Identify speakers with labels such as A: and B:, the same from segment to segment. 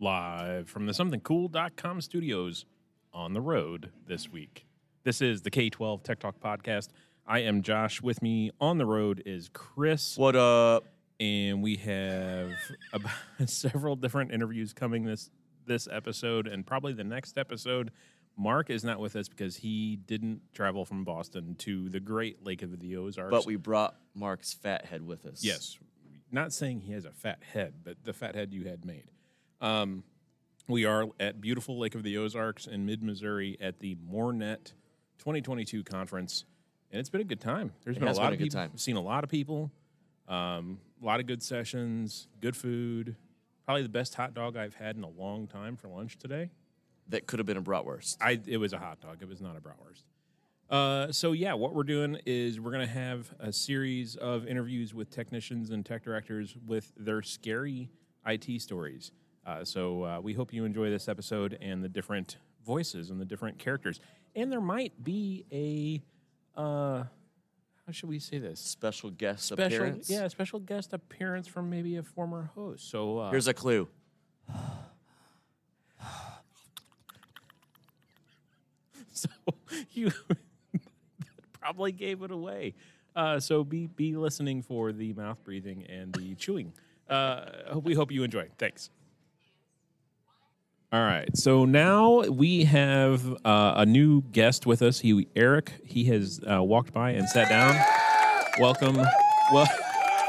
A: live from the somethingcool.com studios on the road this week. This is the K12 Tech Talk podcast. I am Josh. With me on the road is Chris,
B: What uh, up?
A: and we have about several different interviews coming this this episode and probably the next episode. Mark is not with us because he didn't travel from Boston to the Great Lake of the Ozarks.
B: But we brought Mark's fat head with us.
A: Yes. Not saying he has a fat head, but the fat head you had made. Um, we are at beautiful Lake of the Ozarks in mid Missouri at the Mornet 2022 conference, and it's been a good time. There's been a
B: has
A: lot
B: been
A: of
B: a good
A: people.
B: time.
A: Seen a lot of people. Um, a lot of good sessions. Good food. Probably the best hot dog I've had in a long time for lunch today.
B: That could have been a bratwurst.
A: I it was a hot dog. It was not a bratwurst. Uh, so yeah, what we're doing is we're gonna have a series of interviews with technicians and tech directors with their scary IT stories. Uh, so uh, we hope you enjoy this episode and the different voices and the different characters. And there might be a uh, how should we say this
B: Special guest
A: special
B: appearance.
A: yeah special guest appearance from maybe a former host. So uh,
B: Here's a clue.
A: so you probably gave it away. Uh, so be be listening for the mouth breathing and the chewing. Uh, we hope you enjoy. Thanks. All right. So now we have uh, a new guest with us. He Eric. He has uh, walked by and sat down. Welcome. Well,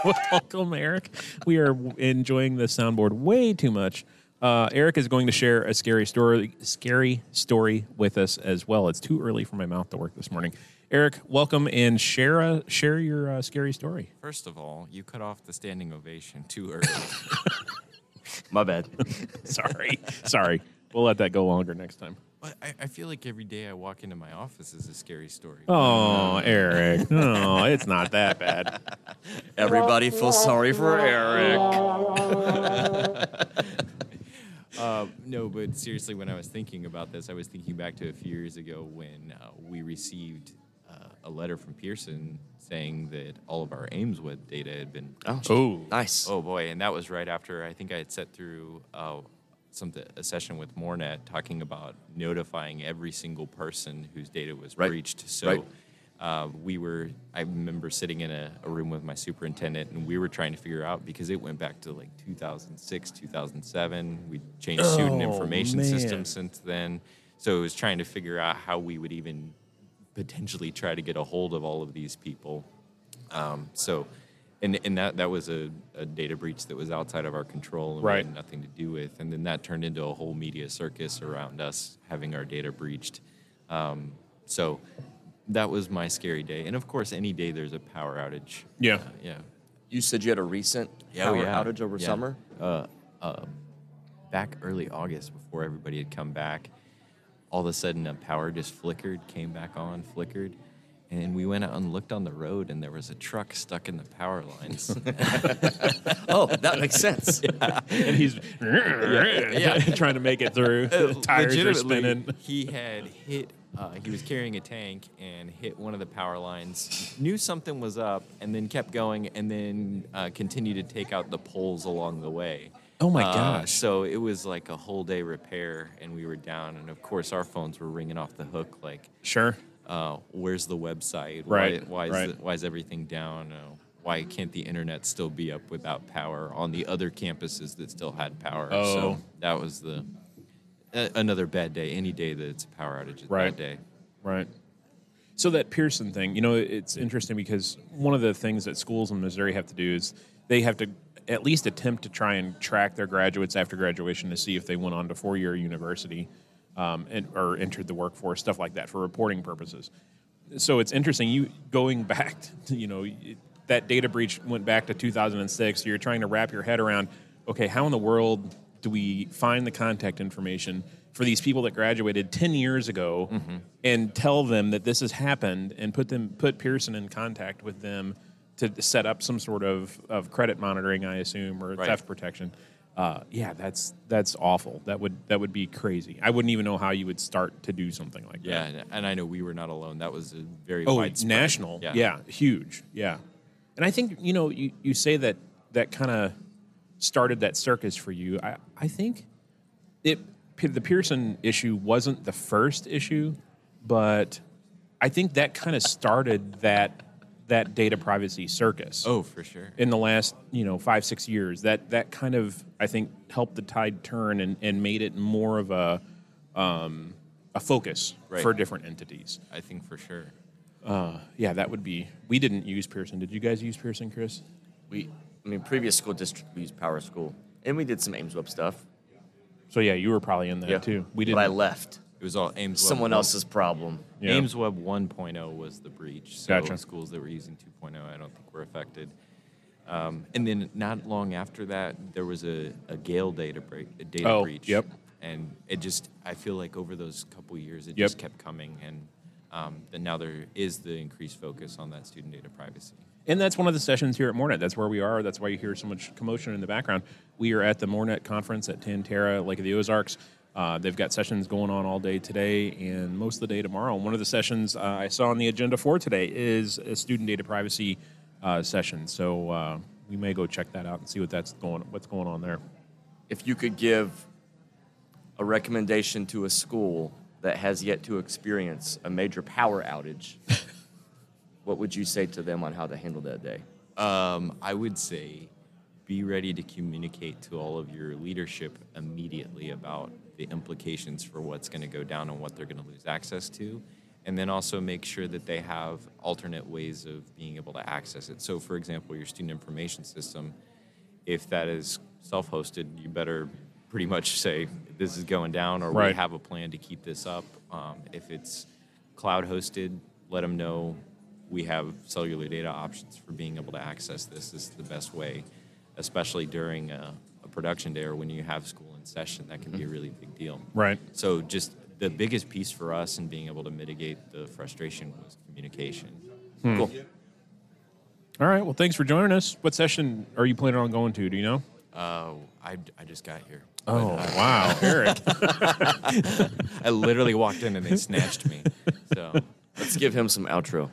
A: welcome, Eric. We are enjoying the soundboard way too much. Uh, Eric is going to share a scary story, scary story with us as well. It's too early for my mouth to work this morning. Eric, welcome and share a, share your uh, scary story.
C: First of all, you cut off the standing ovation too early.
B: My bad.
A: Sorry, sorry. We'll let that go longer next time.
C: but I, I feel like every day I walk into my office is a scary story.
A: Oh, Eric. No, it's not that bad.
B: Everybody feels sorry for Eric.
C: Uh, no, but seriously, when I was thinking about this, I was thinking back to a few years ago when uh, we received uh, a letter from Pearson saying that all of our Amesweb data had been.
A: Oh,
B: Nice.
C: Oh boy, and that was right after I think I had set through uh, something a session with Mornet talking about notifying every single person whose data was
B: Right.
C: breached. So
B: Right.
C: uh, we were. I remember sitting in a, a room with my superintendent, and we were trying to figure out because it went back to like 2006, 2007. We changed student
A: Oh,
C: information
A: man.
C: systems since then. So it was trying to figure out how we would even potentially try to get a hold of all of these people. Um, so, and, and that, that was a, a data breach that was outside of our control and we
A: Right.
C: had nothing to do with. And then that turned into a whole media circus around us having our data breached. Um, so that was my scary day. And of course, any day there's a power outage.
A: Yeah.
C: Uh, yeah.
B: You said you had a recent
C: Oh,
B: power
C: yeah.
B: outage over
C: Yeah.
B: summer?
C: Uh, uh, back early August, before everybody had come back, all of a sudden a power just flickered, came back on, flickered, and we went out and looked on the road, and there was a truck stuck in the power lines.
B: Oh, that makes sense.
A: and he's trying to make it through. The tires are
C: Uh, Legitimately,
A: spinning.
C: He had hit. Uh, he was carrying a tank and hit one of the power lines. Knew something was up, and then kept going, and then uh, continued to take out the poles along the way.
A: Oh my
C: Uh,
A: gosh.
C: So it was like a whole day repair, and we were down, and of course our phones were ringing off the hook, like
A: Sure.
C: uh, where's the website?
A: Right,
C: Why, why, is
A: right.
C: the- why is everything down? Uh, why can't the internet still be up without power on the other campuses that still had power?
A: Oh.
C: So that was the a another bad day. Any day that it's a power outage is a
A: Right.
C: bad day.
A: Right. So that Pearson thing, you know, it's interesting because one of the things that schools in Missouri have to do is they have to at least attempt to try and track their graduates after graduation to see if they went on to four-year university um, and, or entered the workforce, stuff like that, for reporting purposes. So it's interesting. You going back, to, you know, it- that data breach went back to 2006. You're trying to wrap your head around, okay, how in the world do we find the contact information for these people that graduated 10 years ago
C: Mm-hmm.
A: and tell them that this has happened and put them put Pearson in contact with them to set up some sort of, of credit monitoring, I assume, or
C: Right.
A: theft protection. Uh, yeah, that's that's awful. That would that would be crazy. I wouldn't even know how you would start to do something like
C: Yeah,
A: that.
C: and, and I know we were not alone. That was a very
A: Oh,
C: widespread.
A: national. Yeah. huge. Yeah, and I think you know you, you say that that kind of started that circus for you. I I think it the Pearson issue wasn't the first issue, but I think that kind of started that that data privacy circus.
C: Oh, for sure.
A: in the last you know five six years that that kind of I think helped the tide turn and, and made it more of a um, a focus
C: Right.
A: for different entities.
C: I think for sure.
A: Yeah, that would be. We didn't use Pearson. Did you guys use Pearson, Chris?
B: We, I mean, previous school district, we used Power School, and we did some Ames Web stuff.
A: So yeah, you were probably in that too. We didn't.
B: But I left.
C: It was all Ames. Web
B: Someone
C: one-
B: else's problem.
A: Yeah.
C: Ames Web 1.0 was the breach. So
A: Gotcha.
C: schools that were using 2.0, I don't think were affected. Um, and then not long after that, there was a, a Gale data break, a data
A: Oh,
C: breach.
A: yep.
C: And it just, I feel like over those couple years, it
A: Yep.
C: just kept coming. And um, then now there is the increased focus on that student data privacy.
A: And that's one of the sessions here at Mornet. That's where we are. That's why you hear so much commotion in the background. We are at the Mornet conference at Tantera, Lake of the Ozarks. Uh, they've got sessions going on all day today and most of the day tomorrow. And one of the sessions uh, I saw on the agenda for today is a student data privacy uh, session. So uh, we may go check that out and see what that's going what's going on there.
B: If you could give a recommendation to a school that has yet to experience a major power outage, what would you say to them on how to handle that day?
C: Um, I would say be ready to communicate to all of your leadership immediately about the implications for what's going to go down and what they're going to lose access to. And then also make sure that they have alternate ways of being able to access it. So, for example, your student information system, if that is self hosted, you better pretty much say, This is going down, or we
A: Right.
C: have a plan to keep this up. Um, if it's cloud hosted, let them know we have cellular data options for being able to access this. This is the best way, especially during a, a production day or when you have school in session. That can be a really big deal.
A: Mm-hmm. Right.
C: So, just the biggest piece for us in being able to mitigate the frustration was communication.
B: Cool.
A: All right. Well, thanks for joining us. What session are you planning on going to? Do you know?
C: Uh, I, I just got here.
A: Oh, wow, Eric.
C: I literally walked in and they snatched me. So,
B: Let's give him some outro.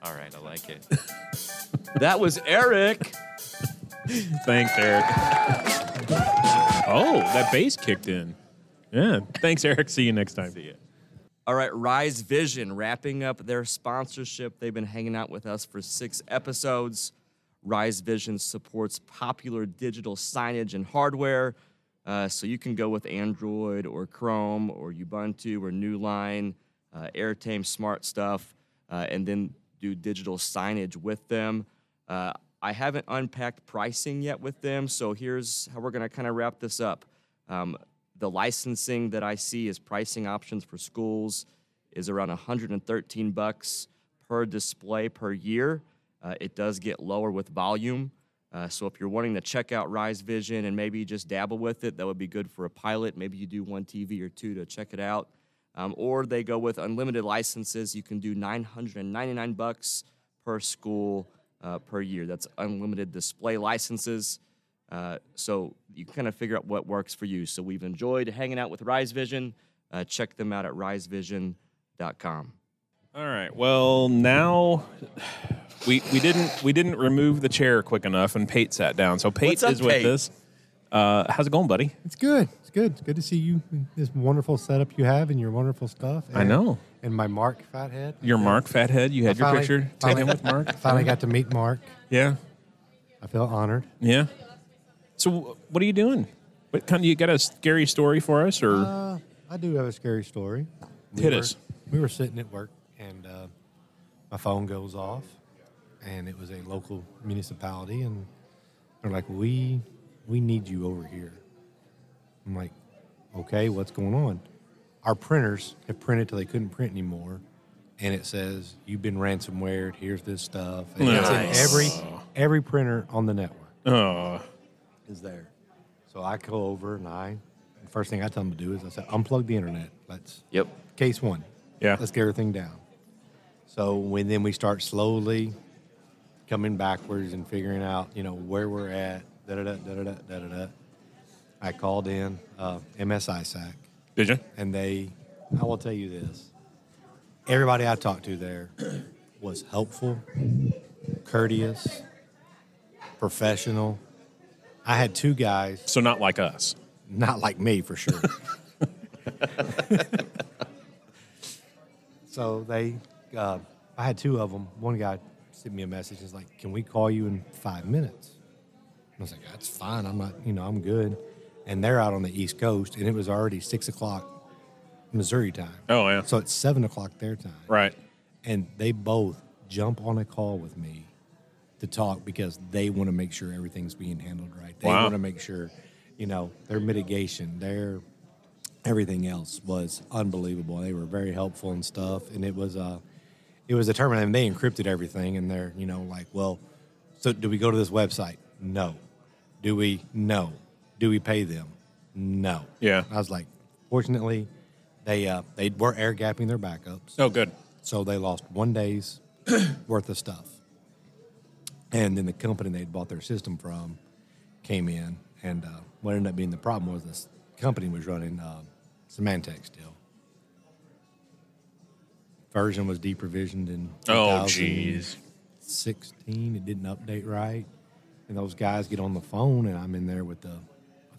C: all right, I like it.
B: That was Eric.
A: Thanks, Eric. oh, that bass kicked in. Yeah. Thanks, Eric. See you next time.
C: See ya.
B: All right, Rise Vision wrapping up their sponsorship. They've been hanging out with us for six episodes. Rise Vision supports popular digital signage and hardware. Uh, so you can go with Android or Chrome or Ubuntu or Newline, uh, Airtame Smart stuff, uh, and then do digital signage with them. Uh, I haven't unpacked pricing yet with them, so here's how we're going to kind of wrap this up. Um, the licensing that I see as pricing options for schools is around 113 bucks per display per year. Uh, it does get lower with volume. Uh, so if you're wanting to check out Rise Vision and maybe just dabble with it, that would be good for a pilot. Maybe you do one TV or two to check it out. Um, or they go with unlimited licenses. You can do 999 bucks per school uh, per year. That's unlimited display licenses. Uh, so you can kind of figure out what works for you. So we've enjoyed hanging out with Rise Vision. Uh, check them out at risevision.com.
A: All right. Well, now we we didn't we didn't remove the chair quick enough, and Pate sat down. So Pate
B: What's up,
A: is with
B: Pate?
A: us. Uh, how's it going, buddy?
D: It's good. It's good. It's good to see you. This wonderful setup you have and your wonderful stuff. And,
A: I know.
D: And my Mark Fathead.
A: Your Mark Fathead. You had your
D: Finally-
A: picture
D: finally-
A: taken with Mark.
D: Finally got to meet Mark.
A: Yeah.
D: I feel honored.
A: Yeah. So wh- what are you doing? What kind of you got a scary story for us, or
D: Uh, I do have a scary story.
A: Hit
D: were,
A: us.
D: We were sitting at work and uh, my phone goes off, and it was a local municipality, and they're like, "We, we need you over here." I'm like, "Okay, what's going on?" Our printers have printed till they couldn't print anymore, and it says, "You've been ransomware. Here's this stuff." And
A: Nice.
D: It's in every every printer on the network
A: oh,
D: is there. So I go over and I, the first thing I tell them to do is I said, unplug the internet. Let's,
B: Yep.
D: case one.
A: Yeah.
D: Let's get everything down. So when then we start slowly coming backwards and figuring out, you know, where we're at, da da da da da da da da. da. I called in uh, MSISAC
A: did you?
D: and they, I will tell you this everybody I talked to there was helpful, courteous, professional. I had two guys
A: So not like us.
D: Not like me for sure. so they, uh, I had two of them. One guy sent me a message. He's like, "Can we call you in five minutes?" I was like, "That's fine. I'm not, you know, I'm good." And they're out on the East Coast, and it was already six o'clock Missouri time.
A: Oh, yeah.
D: So it's seven o'clock their time
A: Right.
D: and they both jump on a call with me to talk because they want to make sure everything's being handled right. They
A: Wow.
D: want to make sure, you know, their mitigation, their everything else was unbelievable. They were very helpful and stuff, and it was uh it was determined and they encrypted everything and they're, you know, like, well, so do we go to this website? No. Do we? No. Do we pay them? No.
A: Yeah.
D: I was like, fortunately, they uh they were air gapping their backups.
A: Oh, good.
D: So they lost one day's worth of stuff. And then the company they'd bought their system from came in, and uh, what ended up being the problem was this company was running uh, Symantec still. Version was deprovisioned in
A: Oh, jeez.
D: 16. It didn't update right. And those guys get on the phone, and I'm in there with the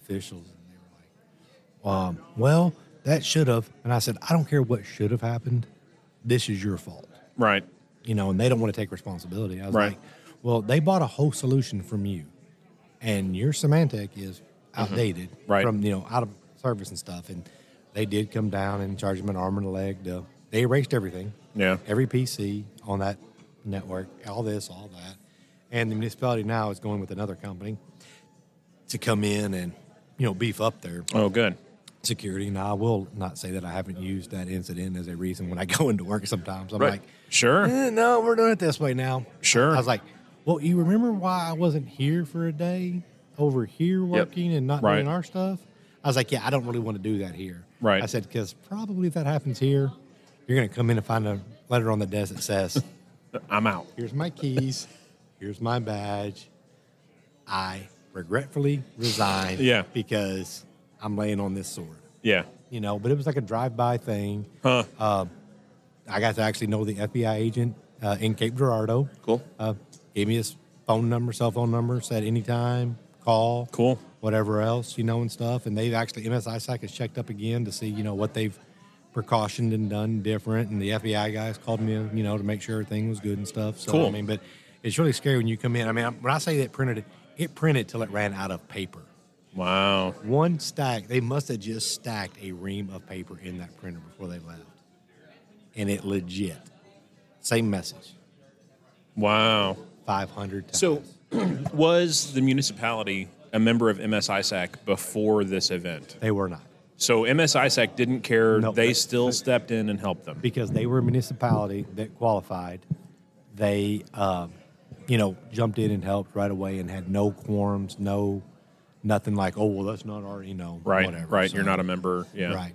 D: officials, and they were like, um, well, that should have. And I said, I don't care what should have happened. This is your fault.
A: Right.
D: You know, and they don't want to take responsibility. I was
A: Right.
D: like, well, they bought a whole solution from you, and your Symantec is outdated
A: Mm-hmm. Right.
D: from, you know, out of service and stuff. And they did come down and charge them an arm and a leg. To, they erased everything.
A: Yeah.
D: Every PC on that network, all this, all that. And the municipality now is going with another company to come in and, you know, beef up their
A: Oh, good.
D: security. Now, I will not say that I haven't used that incident as a reason when I go into work sometimes. I'm like,
A: Sure.
D: eh, no, we're doing it this way now.
A: Sure.
D: I was like, well, you remember why I wasn't here for a day over here working and not
A: Right.
D: doing our stuff? I was like, yeah, I don't really want to do that here.
A: Right.
D: I said, because probably if that happens here, you're going to come in and find a letter on the desk that says,
A: I'm out.
D: here's my keys, here's my badge. I regretfully resign
A: Yeah.
D: because I'm laying on this sword
A: Yeah.
D: you know, but it was like a drive-by thing.
A: Huh.
D: Uh, I got to actually know the FBI agent uh, in Cape Girardeau.
C: Cool.
D: Uh, gave me his phone number, cell phone number, said anytime, call.
A: Cool.
D: Whatever else, you know, and stuff. And they've actually, MSI Psych has checked up again to see, you know, what they've precautioned and done different. And the FBI guys called me, you know, to make sure everything was good and stuff. So,
A: Cool.
D: I mean, but it's really scary when you come in. I mean, when I say that printed, it printed till it ran out of paper
A: Wow.
D: one stack. They must have just stacked a ream of paper in that printer before they left, and it legit same message
A: Wow.
D: five hundred times.
A: So, was the municipality a member of MSISAC before this event?
D: they were not
A: So MSISAC didn't care.
D: No,
A: they
D: they-
A: still stepped in and helped them.
D: because they were a municipality that qualified. They, um, you know, jumped in and helped right away and had no quorums, no nothing like oh well that's not our you know
A: Right.
D: whatever.
A: right.
D: So-
A: You're not a member. Yeah.
D: Right.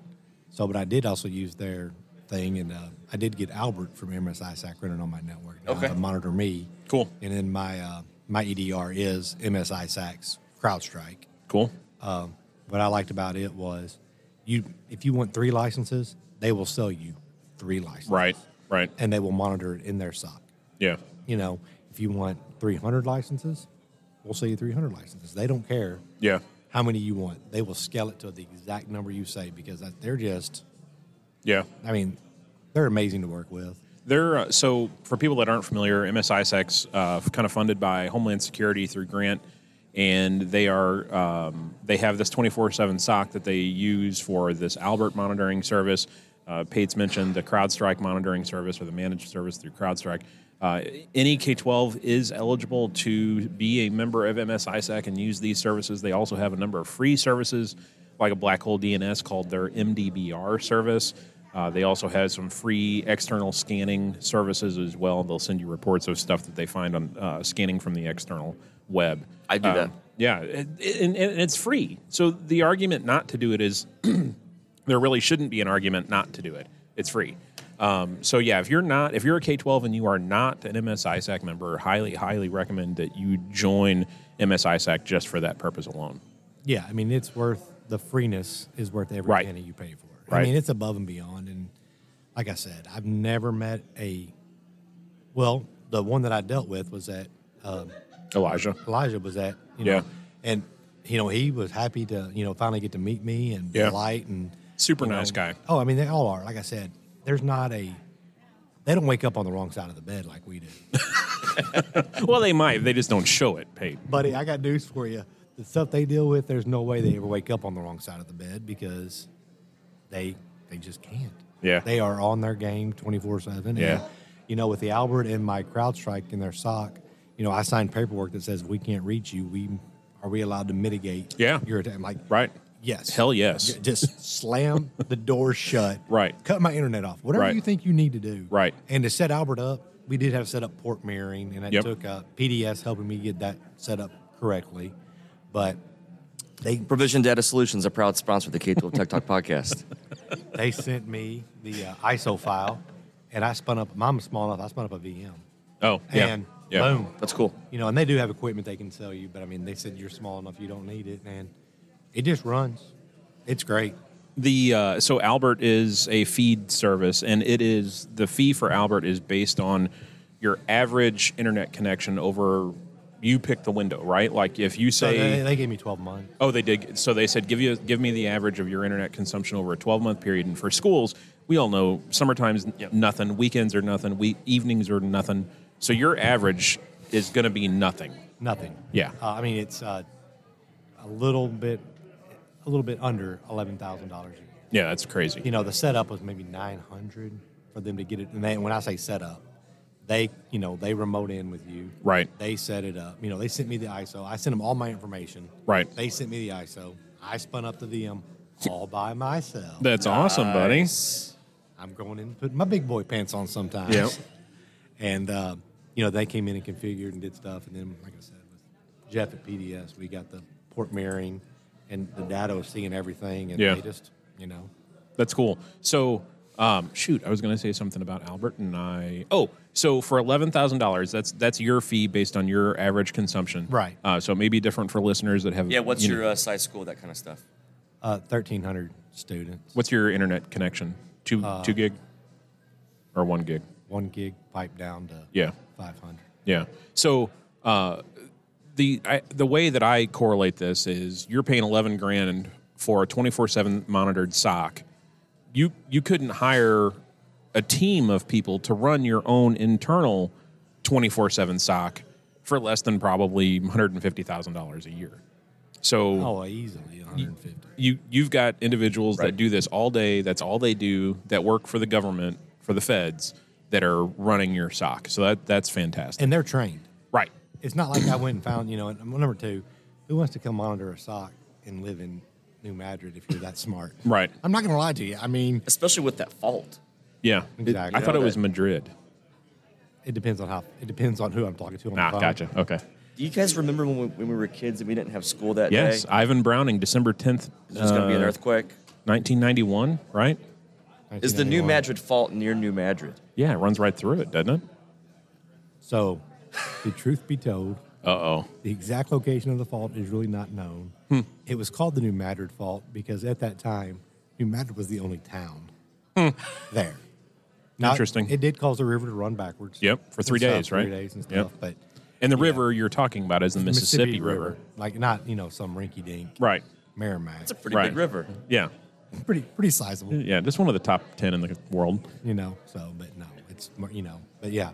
D: So, but I did also use their thing, and uh, I did get Albert from MSI Sac running on my network now
C: Okay.
D: to monitor me.
A: Cool.
D: And then my uh, my EDR is MSI Sac's CrowdStrike.
A: Cool.
D: Um, what I liked about it was, you if you want three licenses, they will sell you three licenses,
A: Right. Right.
D: And they will monitor it in their SOC.
A: Yeah.
D: You know, if you want 300 licenses, we'll sell you 300 licenses. They don't care
A: Yeah.
D: how many you want. They will scale it to the exact number you say because that, they're just,
A: Yeah.
D: I mean, they're amazing to work with.
A: They're uh, so for people that aren't familiar, MSISAC's uh, kind of funded by Homeland Security through grant, and they are um, they have this twenty four seven SOC that they use for this Albert monitoring service. Uh, Pates mentioned the CrowdStrike monitoring service or the managed service through CrowdStrike. Uh, any K twelve is eligible to be a member of MSISAC and use these services. They also have a number of free services like a black hole DNS called their MDBR service. Uh, they also have some free external scanning services as well. They'll send you reports of stuff that they find on uh, scanning from the external web. Um,
C: I do that.
A: Yeah, and, and, and it's free. So the argument not to do it is there really shouldn't be an argument not to do it. It's free. Um, so yeah, if you're not, if you're a K-12 and you are not an MSISAC member, highly, highly recommend that you join MSISAC just for that purpose alone.
D: Yeah, I mean, it's worth the freeness is worth every
A: Right.
D: penny you pay for it.
A: Right.
D: I mean, it's above and beyond. And like I said, I've never met a, well, the one that I dealt with was at um,
A: Elijah.
D: Elijah was at, you know,
A: Yeah.
D: and you know, he was happy to, you know, finally get to meet me and
A: Yeah.
D: Blight and
A: Super
D: you know.
A: nice guy.
D: Oh, I mean, they all are. Like I said, there's not a. They don't wake up on the wrong side of the bed like we do.
A: Well, they might. They just don't show it, Peyton.
D: Buddy, I got news for you. The stuff they deal with, there's no way they ever wake up on the wrong side of the bed because they they just can't.
A: Yeah.
D: They are on their game 24 7.
A: Yeah.
D: You know, with the Albert and my CrowdStrike in their sock, you know, I signed paperwork that says we can't reach you. We are we allowed to mitigate
A: Yeah.
D: your attack? I'm like,
A: Right.
D: Yes.
A: Hell yes.
D: J- Just slam the door shut.
A: Right.
D: Cut my internet off. Whatever
A: Right.
D: you think you need to do.
A: Right.
D: And to set Albert up, we did have set up port mirroring, and it
A: Yep.
D: took uh, PDS helping me get that set up correctly. But they
B: Provision Data Solutions, a proud sponsor of the K-12 Tech Talk podcast.
D: they sent me the uh, ISO file, and I spun up. Mine was small enough. I spun up a VM,
A: Oh, yeah.
D: and
A: yeah.
D: boom.
B: That's cool.
D: You know, and they do have equipment they can sell you, but I mean, they said you're small enough, you don't need it, and it just runs. It's great.
A: The uh, so Albert is a feed service, and it is the fee for Albert is based on your average internet connection over. You pick the window, right? Like if you
D: So
A: say
D: they, they gave me 12 months.
A: Oh, they did. So they said, give you, give me the average of your internet consumption over a 12 month period. And for schools, we all know summertime's n- nothing, weekends are nothing, we- evenings are nothing. So your average is going to be nothing.
D: Nothing.
A: Yeah.
D: Uh, I mean, it's uh, a little bit, a little bit under eleven thousand dollars a year.
A: Yeah, that's crazy.
D: You know, the setup was maybe nine hundred for them to get it. And they, when I say setup, they, you know, they remote in with you.
A: Right.
D: They set it up. You know, they sent me the ISO. I sent them all my information.
A: Right.
D: They sent me the ISO. I spun up the VM all by myself.
A: That's awesome, buddy.
D: I'm going in and putting my big boy pants on sometimes.
A: Yep.
D: And, uh, you know, they came in and configured and did stuff. And then, like I said, with Jeff at PDS, we got the port mirroring and the data was seeing everything. And
A: Yeah.
D: they just, you know,
A: That's cool. So, um, shoot, I was going to say something about Albert, and I oh, so for eleven thousand dollars, that's that's your fee based on your average consumption,
D: Right.
A: Uh, so it may be different for listeners that have
B: Yeah, what's
A: you know-
B: your uh, size school, that kind of stuff?
D: uh, 1,300 students,
A: what's your internet connection? Two two gig or one gig?
D: one gig piped down to
A: Yeah.
D: 500.
A: Yeah. So uh, the I, the way that I correlate this is you're paying eleven grand for a twenty four seven monitored sock. You you couldn't hire a team of people to run your own internal twenty four seven sock for less than probably one hundred and fifty thousand dollars a year. So
D: Oh, easily 150.
A: you you've got individuals that do this all day. That's all they do. That work for the government, for the feds, that are running your sock. So that that's fantastic.
D: And they're trained.
A: right.
D: It's not like I went and found, you know, and number two, who wants to come monitor a sock and live in New Madrid if you're that smart?
A: Right.
D: I'm not going to lie to you. I mean,
B: Especially with that fault.
A: Yeah. It-
D: Exactly.
A: I thought it
B: Okay.
A: was Madrid.
D: It depends on how. It depends on who I'm talking to. On
A: Ah,
D: the phone.
A: gotcha. Okay.
B: Do you guys remember when we, when we were kids and we didn't have school that
A: Yes, uh,
B: day?
A: Ivan Browning, December tenth,
B: There's going to be an earthquake.
A: 1991. Right?
B: Is the New
D: 1991.
B: Madrid fault near New Madrid?
A: Yeah, it runs right through it, doesn't it?
D: So, the truth be told,
A: Uh oh.
D: the exact location of the fault is really not known.
B: Hmm.
D: It was called the New Madrid fault because at that time, New Madrid was the only town
B: Hmm.
D: there. Now,
A: Interesting.
D: It did cause the river to run backwards.
A: Yep, for
D: and
A: three
D: stuff,
A: days, right?
D: Three days and
A: Yep.
D: stuff, but
A: And the river you're talking about is the Mississippi, river.
D: like not you know some rinky dink
A: Right.
D: Merrimack. It's
B: It's a pretty
A: Right.
B: big river.
A: Yeah.
D: pretty pretty sizable.
A: Yeah. Just one of the top ten in the world.
D: you know. So, but no, it's more- you know, but yeah,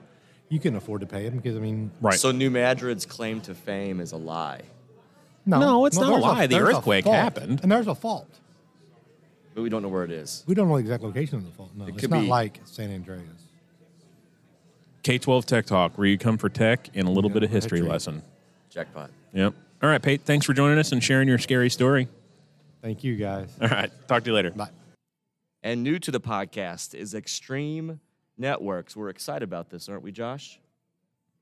D: you can afford to pay them because I mean,
A: Right.
B: So New Madrid's claim to fame is a lie.
D: no,
A: No, it's not a
D: there's
A: lie. The
D: there's
A: earthquake
D: fault,
A: happened.
D: and there's a fault.
B: But we don't know where it is.
D: We don't know the exact location of the fault. No, it's
B: could
D: not
B: be-
D: like San Andreas.
A: K12 Tech Talk, where you come for tech and a little bit of history
D: history.
A: lesson.
B: Jackpot.
A: Yep. All right, Pate. Thanks for joining us and sharing your scary story.
D: Thank you guys.
A: All right. Talk to you later.
D: Bye.
B: And new to the podcast is Extreme Networks. We're excited about this, aren't we, Josh?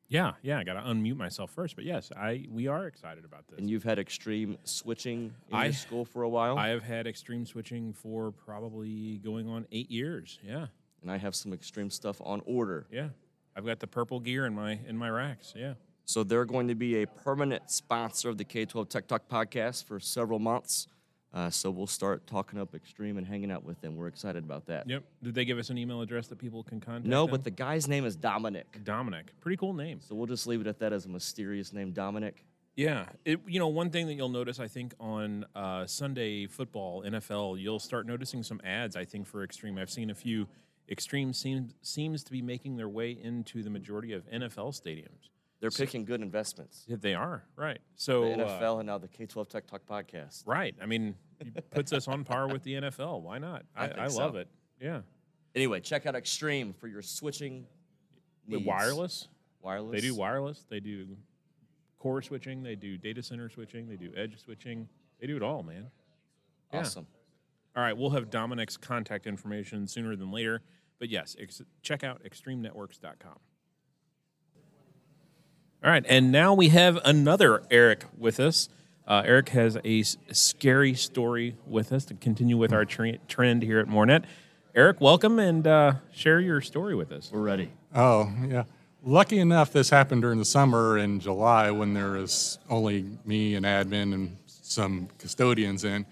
A: Yeah. Yeah. I got to unmute myself first, but yes, I we are excited about this.
B: And you've had extreme switching in
A: I-
B: your school for a while,
A: I have had extreme switching for probably going on eight years. Yeah,
B: and I have some extreme stuff on order.
A: yeah. I've got the purple gear in my in my racks. Yeah.
B: So they're going to be a permanent sponsor of the K-12 Tech Talk podcast for several months. Uh, so we'll start talking up Extreme and hanging out with them. We're excited about that.
A: Yep. Did they give us an email address that people can contact?
B: No,
A: them?
B: but the guy's name is Dominic.
A: Dominic, pretty cool name.
B: So we'll just leave it at that as a mysterious name, Dominic.
A: Yeah, it, you know, one thing that you'll notice, I think, on uh, Sunday football, NFL, you'll start noticing some ads. I think for Extreme, I've seen a few. Extreme seems seems to be making their way into the majority of NFL stadiums.
B: They're picking good investments.
A: Yeah, They are right.
B: The
A: So uh,
B: NFL and now the K twelve Tech Talk podcast.
A: right? I mean, it puts us on par with the NFL. Why not? I,
B: I
A: I,
B: think so.
A: love it. Yeah,
B: Anyway, check out Extreme for your switching.
A: With
B: needs.
A: wireless.
B: Wireless.
A: They do wireless. They do core switching. They do data center switching. They do edge switching. They do it all, man. yeah.
B: Awesome.
A: All right, we'll have Dominic's contact information sooner than later. But yes, ex- check out extremenetworks.com. All right, and now we have another Eric with us. Uh, Eric has a s- scary story with us to continue with our tre- trend here at Mornet. Eric, welcome and uh, share your story with us.
B: We're ready.
E: Oh, yeah. Lucky enough, this happened during the summer in July when there was only me and admin and some custodians in.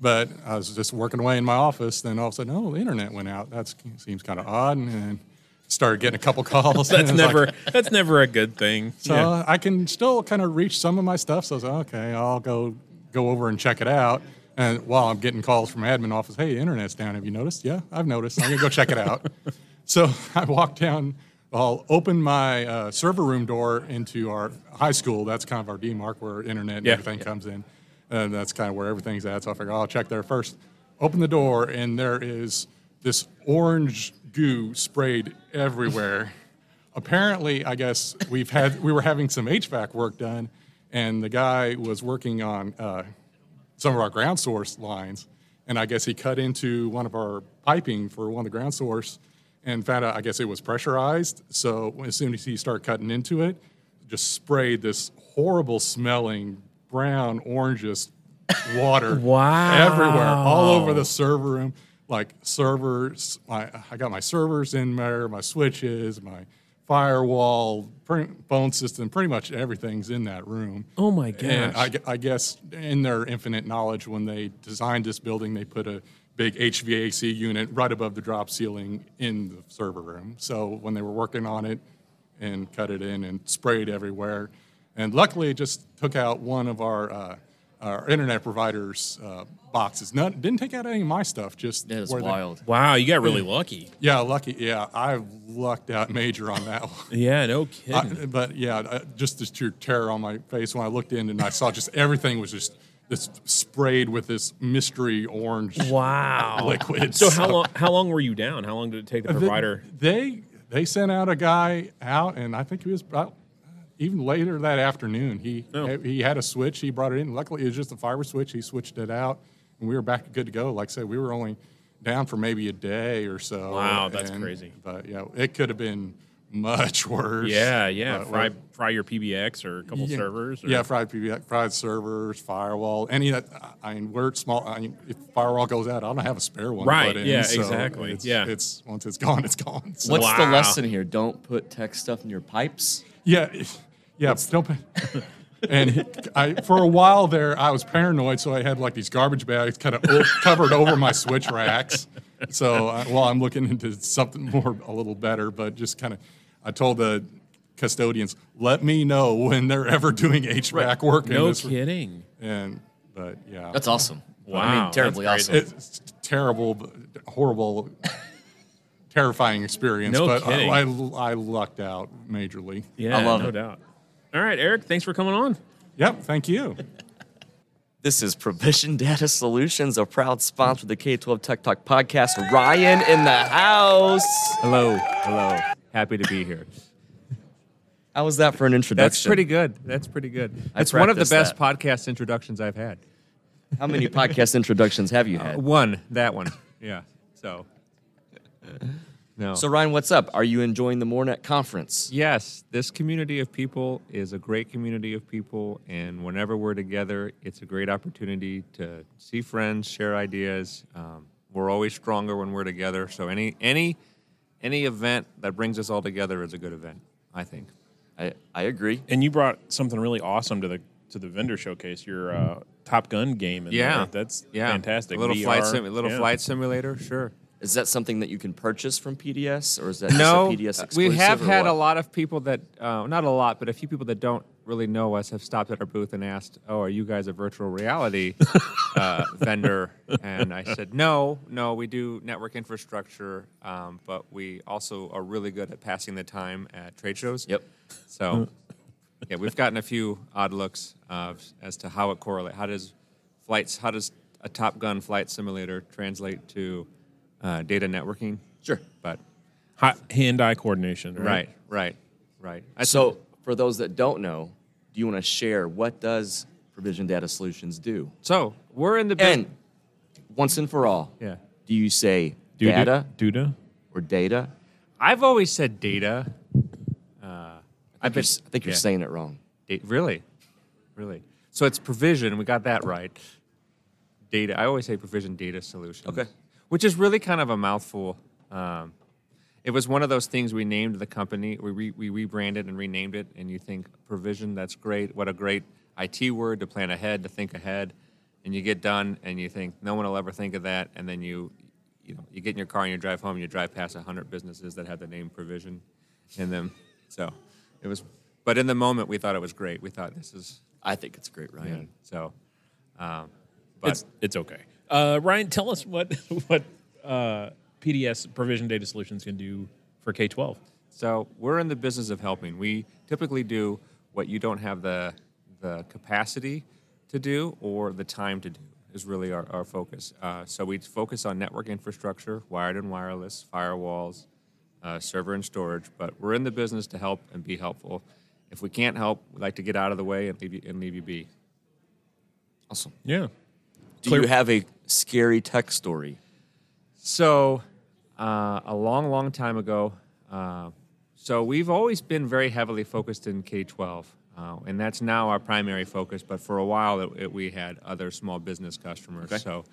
E: But I was just working away in my office. Then all of a sudden, oh, the internet went out. That seems kind of odd. And then started getting a couple calls.
A: That's
E: and it's like,
A: never that's never a good thing.
E: so uh, I can still kind of reach some of my stuff. So I was like, okay, I'll go go over and check it out. And while I'm getting calls from admin office, hey, internet's down. Have you noticed? Yeah, I've noticed. I'm gonna go check it out. so I walked down. I'll open my uh, server room door into our high school. That's kind of our DMARC where internet and
A: Yeah.
E: everything comes in. And that's kind of where everything's at. So I figured, oh, I'll check there first. Open the door, and there is this orange goo sprayed everywhere. apparently, I guess we've had we were having some HVAC work done, and the guy was working on uh, some of our ground source lines, and I guess he cut into one of our piping for one of the ground source, and found out I guess it was pressurized. So as soon as he started cutting into it, just sprayed this horrible smelling brown oranges water everywhere, all over
A: Oh.
E: the server room. Like servers, my, I got my servers in there, my switches, my firewall, pretty, phone system, pretty much everything's in that room.
A: Oh my gosh.
E: And I, gu- I guess in their infinite knowledge, when they designed this building, they put a big HVAC unit right above the drop ceiling in the server room. So when they were working on it and cut it in and sprayed everywhere, and luckily it just took out one of our uh, our internet providers' uh, boxes. Not didn't take out any of my stuff. Just
B: That is
E: where they-
B: wild.
A: wow, you got really lucky.
E: yeah, lucky. Yeah, I lucked out major on that one.
A: Yeah, no kidding.
E: I, but yeah, I- just this sheer terror on my face when I looked in and I saw just everything was just this sprayed with this mystery orange
A: wow.
E: liquid.
A: So how long how long were you down? How long did it take the
E: They-
A: provider?
E: They they sent out a guy out, and I think he was about even later that afternoon. He
A: Oh.
E: he had a switch. He brought it in. Luckily, it was just a fiber switch. He switched it out, and we were back good to go. Like I said, we were only down for maybe a day or so.
A: Wow, that's
E: and-
A: crazy.
E: But yeah, it could have been much worse.
A: Yeah, yeah.
E: But we're-
A: Fry fry your PBX or a couple
E: yeah.
A: servers. Or,
E: Yeah, fried PBX, fried servers, firewall, any of that. I mean, we're small. I mean, if firewall goes out, I don't have a spare one. to
A: Right,
E: put in,
A: yeah,
E: so
A: exactly,
E: It's,
A: yeah.
E: It's once it's gone, it's gone. So,
B: What's the
A: Wow.
B: lesson here? Don't put tech stuff in your pipes.
E: yeah, it- yeah. Don't. put- and I, for a while there, I was paranoid, so I had like these garbage bags kind of o- covered over my switch racks. So I, while I'm looking into something more, a little better, but just kind of, I told the custodians, let me know when they're ever doing HVAC work. in
A: No
E: this room."
A: kidding.
E: And but yeah,
B: That's awesome. I
A: Wow,
B: mean, terribly
A: that's
B: awesome.
A: great.
E: it's terrible, but horrible, terrifying experience.
A: No
E: but
A: kidding.
E: I, I, I lucked out majorly.
A: Yeah,
B: I love
A: no
B: it.
A: doubt. All right, Eric, thanks for coming on.
E: Yep. Thank you.
B: This is Provision Data Solutions, a proud sponsor of the K 12 Tech Talk podcast. Ryan in the house.
F: Hello, hello. Happy to be here.
B: How was that for an
F: That's
B: introduction?
F: pretty good. That's pretty good.
B: I
F: It's one of the
B: practiced
F: best podcast introductions I've had.
B: How many podcast introductions have you
F: Uh,
B: had?
F: One, that one. Yeah. So. No.
B: so, Ryan, what's up? Are you enjoying the Mornet conference?
F: yes, this community of people is a great community of people, and whenever we're together, it's a great opportunity to see friends, share ideas. Um, we're always stronger when we're together. So any any any event that brings us all together is a good event. I think.
B: I, I agree.
A: And you brought something really awesome to the to the vendor showcase. Your uh, Top Gun game. in
F: Yeah,
A: there. that's
F: yeah.
A: fantastic.
F: A little
A: VR,
F: flight sim- little
A: yeah.
F: flight simulator. Sure.
B: Is that something that you can purchase from PDS or is that
F: no, uh,
B: just a PDS
F: we
B: exclusive?
F: have
B: or
F: had
B: what?
F: a lot of people that uh, not a lot, but a few people that don't really know us have stopped at our booth and asked, "Oh, are you guys a virtual reality uh, vendor?" And I said, "No, no, we do network infrastructure, um, but we also are really good at passing the time at trade shows."
C: Yep.
F: So,
B: Hmm.
F: yeah, we've gotten a few odd looks uh, as to how it correlates. How does flights? How does a Top Gun flight simulator translate to uh, data networking?
C: Sure.
F: But
A: Hi- hand-eye coordination. Right.
F: right, right, right. I
B: So, for those that don't know, do you want to share what does Provision Data Solutions do?
F: So we're in the bus-
B: And once and for all,
F: Yeah.
B: do you say
A: Duda-
B: data
A: Duda.
B: or data?
F: I've always said data.
B: I, think you're s- I think you're
F: yeah.
B: saying it wrong.
F: Da- really, really. So it's provision. We got that right. Data. I always say provision data solutions.
B: Okay.
F: Which is really kind of a mouthful. Um, it was one of those things we named the company. We re, we rebranded and renamed it, and you think provision. That's great. What a great IT word to plan ahead, to think ahead, and you get done, and you think no one will ever think of that, and then you. You know, you get in your car and you drive home. and You drive past hundred businesses that have the name Provision in them. So, it was. But in the moment, we thought it was great. We thought this is
B: I think it's great, Ryan.
F: so. Um, but
A: It's it's okay. Uh, Ryan, tell us what what uh, PDS Provision Data Solutions can do for K twelve.
F: So we're in the business of helping. We typically do what you don't have the the capacity to do or the time to do is really our, our focus. Uh, so we focus on network infrastructure, wired and wireless, firewalls, uh, server and storage. But we're in the business to help and be helpful. If we can't help, we like to get out of the way and leave you and leave you be.
B: Awesome.
A: Yeah.
B: Do
A: Clear-
B: you have a scary tech story?
F: So, uh, a long, long time ago. Uh, so we've always been very heavily focused in K twelve, uh, and that's now our primary focus. But for a while, it, it, we had other small business customers. So,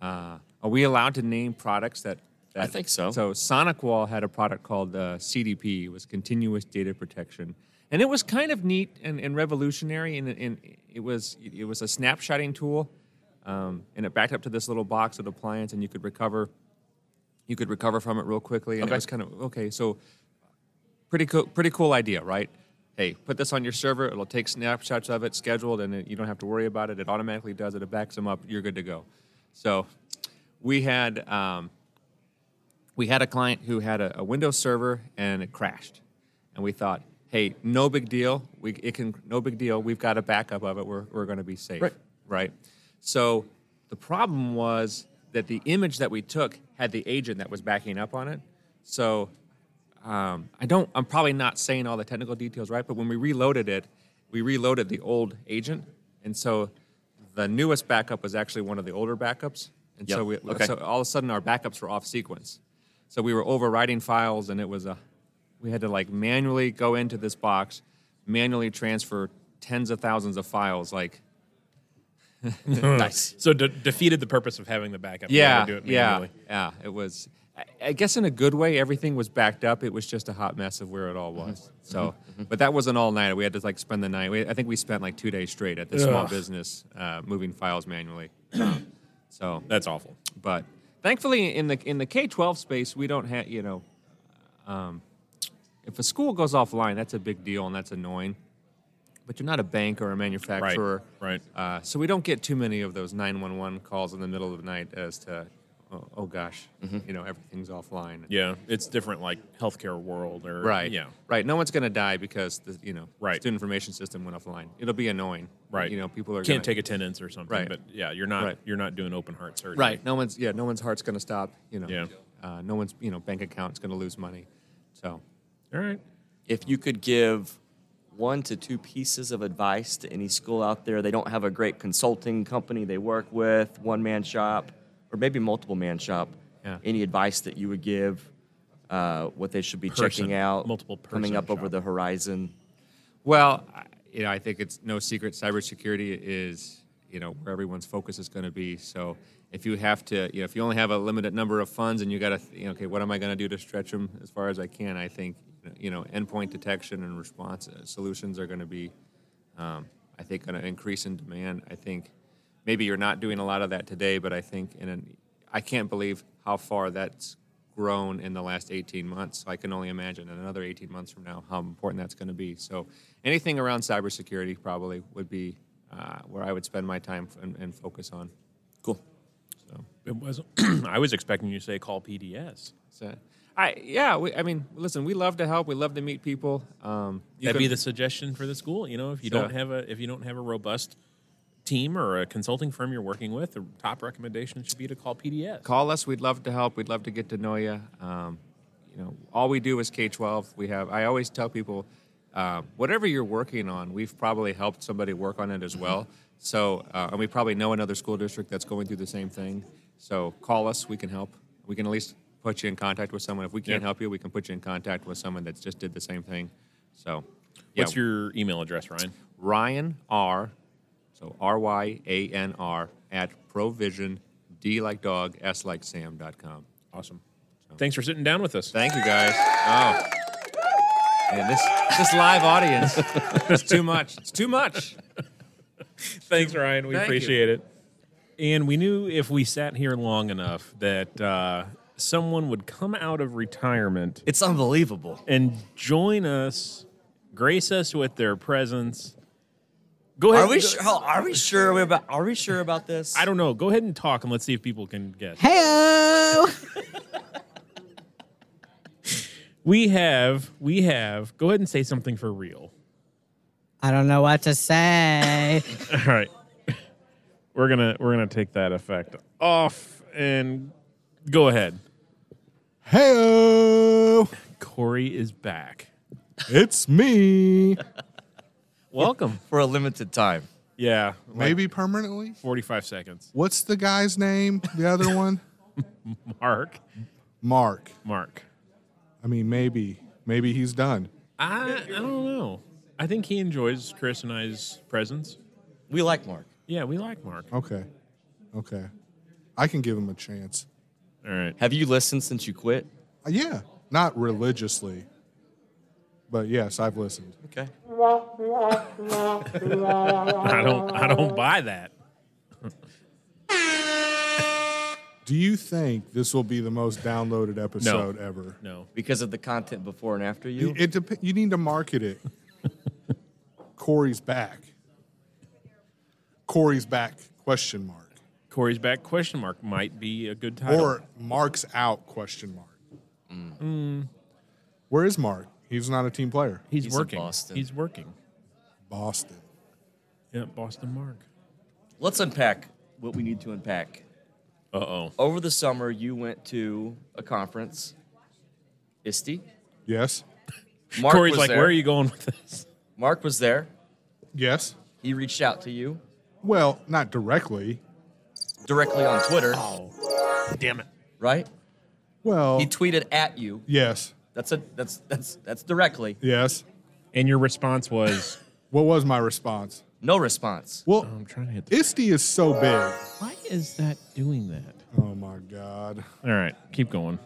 F: uh, are we allowed to name products that? that
B: I think so.
F: So SonicWall had a product called uh, CDP, it was continuous data protection, and it was kind of neat and, and revolutionary. And, and it was it was a snapshotting tool, um, and it backed up to this little box with appliance, and you could recover you could recover from it real quickly. And it was kind of okay. So pretty cool, pretty cool idea, right? Hey, put this on your server. It'll take snapshots of it, scheduled, and it, you don't have to worry about it. It automatically does it. It backs them up. You're good to go. So we had um, we had a client who had a, a Windows server and it crashed, and we thought, hey, no big deal. We it can no big deal. We've got a backup of it. We're we're going to be safe,
B: Right.
F: Right. So the problem was that the image that we took had the agent that was backing up on it. So um, I don't. I'm probably not saying all the technical details right, but when we reloaded it, we reloaded the old agent, and so the newest backup was actually one of the older backups, and so we
B: Yep. Okay.
F: so all of a sudden our backups were off sequence, so we were overwriting files, and it was a we had to like manually go into this box, manually transfer tens of thousands of files, like
A: nice. So de- defeated the purpose of having the backup. You
F: yeah,
A: had to do it
F: yeah,
A: manually.
F: yeah. It was, I, I guess, in a good way. Everything was backed up. It was just a hot mess of where it all was.
A: Mm-hmm.
F: So, but that was an all nighter. We had to like spend the night. We, I think we spent like two days straight at this small
A: Ugh.
F: business uh, moving files manually. so,
A: That's awful.
F: but thankfully, in the in the K twelve space, we don't have you know, um, if a school goes offline, that's a big deal and that's annoying. But you're not a bank or a manufacturer,
A: right.
F: Uh, so we don't get too many of those nine one one calls in the middle of the night as to, oh, oh gosh, you know everything's offline.
A: Mm-hmm. Yeah, it's different, like healthcare world or
F: Right.
A: Yeah,
F: Right. No one's going to die because the you know
A: Right.
F: student information system went offline. It'll be annoying.
A: right.
F: You know people are
A: can't
F: gonna,
A: take attendance or something.
F: Right.
A: But yeah, you're not
F: Right.
A: you're not doing open heart surgery.
F: Right. No one's yeah. No one's heart's going to stop. You know.
A: Yeah.
F: Uh, no one's you know bank account's going to lose money. So
A: All right.
B: If you could give one to two pieces of advice to any school out there, they don't have a great consulting company they work with, one man shop, or maybe multiple man shop.
F: Yeah.
B: Any advice that you would give? Uh, what they should be
A: Person.
B: checking out,
A: Multiple
B: coming
A: person
B: up over
A: shop.
B: the horizon.
F: Well, I- you know, I think it's no secret cybersecurity is, you know, where everyone's focus is going to be. So if you have to, you know, if you only have a limited number of funds and you got to, you know, okay, what am I going to do to stretch them as far as I can? I think, you know, endpoint detection and response uh, solutions are going to be, um, I think, going to increase in demand. I think maybe you're not doing a lot of that today, but I think in an, I can't believe how far that's grown in the last 18 months. So I can only imagine in another 18 months from now how important that's going to be. So anything around cybersecurity probably would be uh, where I would spend my time f- and, and focus on.
B: Cool.
F: So.
A: It was. I was expecting you to say call PDS.
F: So, I yeah, we, I mean, listen, we love to help. We love to meet people. Um, you
A: That'd
F: can-
A: be the suggestion for the school. You know, if you
F: So-
A: don't have a if you don't have a robust team or a consulting firm you're working with, the top recommendation should be to call PDS.
F: call us. We'd love to help. We'd love to get to know you. Um, you know, all we do is K twelve. We have. I always tell people, uh, whatever you're working on, we've probably helped somebody work on it as
A: Mm-hmm.
F: well. So, uh, and we probably know another school district that's going through the same thing. So, call us. We can help. We can at least put you in contact with someone. If we can't
A: Yeah.
F: help you, we can put you in contact with someone that's just did the same thing. So, yeah.
A: What's your email address, Ryan?
F: Ryan R, so R Y A N R at Provision D like dog S like Sam dot com.
A: Awesome.
F: Oh.
A: Thanks for sitting down with us.
F: Thank you guys. Oh, man, this this live audience, it's too much. It's too much.
A: Thanks, Ryan. We
F: Thank you.
A: appreciate it. And we knew if we sat here long enough that uh, someone would come out of retirement
B: It's unbelievable.
A: and join us, grace us with their presence. Go ahead.
B: Are we
A: and-
B: sure? Are we sure we about? Are we sure about this?
A: I don't know. Go ahead and talk, and let's see if people can guess.
B: Hello.
A: We have, we have. Go ahead and say something for real.
G: I don't know what to say.
A: All right, we're gonna we're gonna take that effect off and go ahead.
E: Hey,
A: Corey is back.
E: it's me.
A: Welcome.
B: For a limited time.
A: yeah,
E: Maybe permanently.
A: forty-five seconds.
E: What's the guy's name? The other one?
A: Mark.
E: Mark.
A: Mark.
E: I mean, maybe. Maybe he's done.
A: I I don't know. I think he enjoys Chris and I's presence.
B: We like Mark.
A: Yeah, we like Mark.
E: Okay. Okay. I can give him a chance.
A: All right.
B: Have you listened since you quit?
E: Uh, Yeah. Not religiously. But yes, I've listened.
B: Okay.
A: I don't I don't buy that.
E: Do you think this will be the most downloaded episode ever?
A: No.
B: Because of the content before and after you.
E: It dep- you need to market it. Corey's back. Corey's back? Question mark.
A: Corey's back question mark might be a good title.
E: Or Mark's out? Question mark.
B: Mm.
E: Where is Mark? He's not a team player.
A: he's,
B: He's in
A: working.
B: Boston.
A: He's working.
E: Boston.
A: Yeah, Boston Mark.
B: Let's unpack what we need to unpack.
A: Uh oh.
B: Over the summer, you went to a conference. ISTE.
E: Yes.
B: Mark
A: Corey's
B: was
A: like,
B: there.
A: where are you going with this?
B: Mark was there.
E: Yes.
B: He reached out to you
E: Well, not directly.
B: directly on Twitter,
A: Damn it.
B: right?
E: Well,
B: He tweeted at you.
E: yes.
B: That's a that's that's that's directly.
E: Yes.
A: And your response was
E: What was my response?
B: No response.
E: Well,
A: I'm trying to hit the
E: ISTE is so big.
A: Why is that doing that?
E: Oh my God.
A: All right, keep going.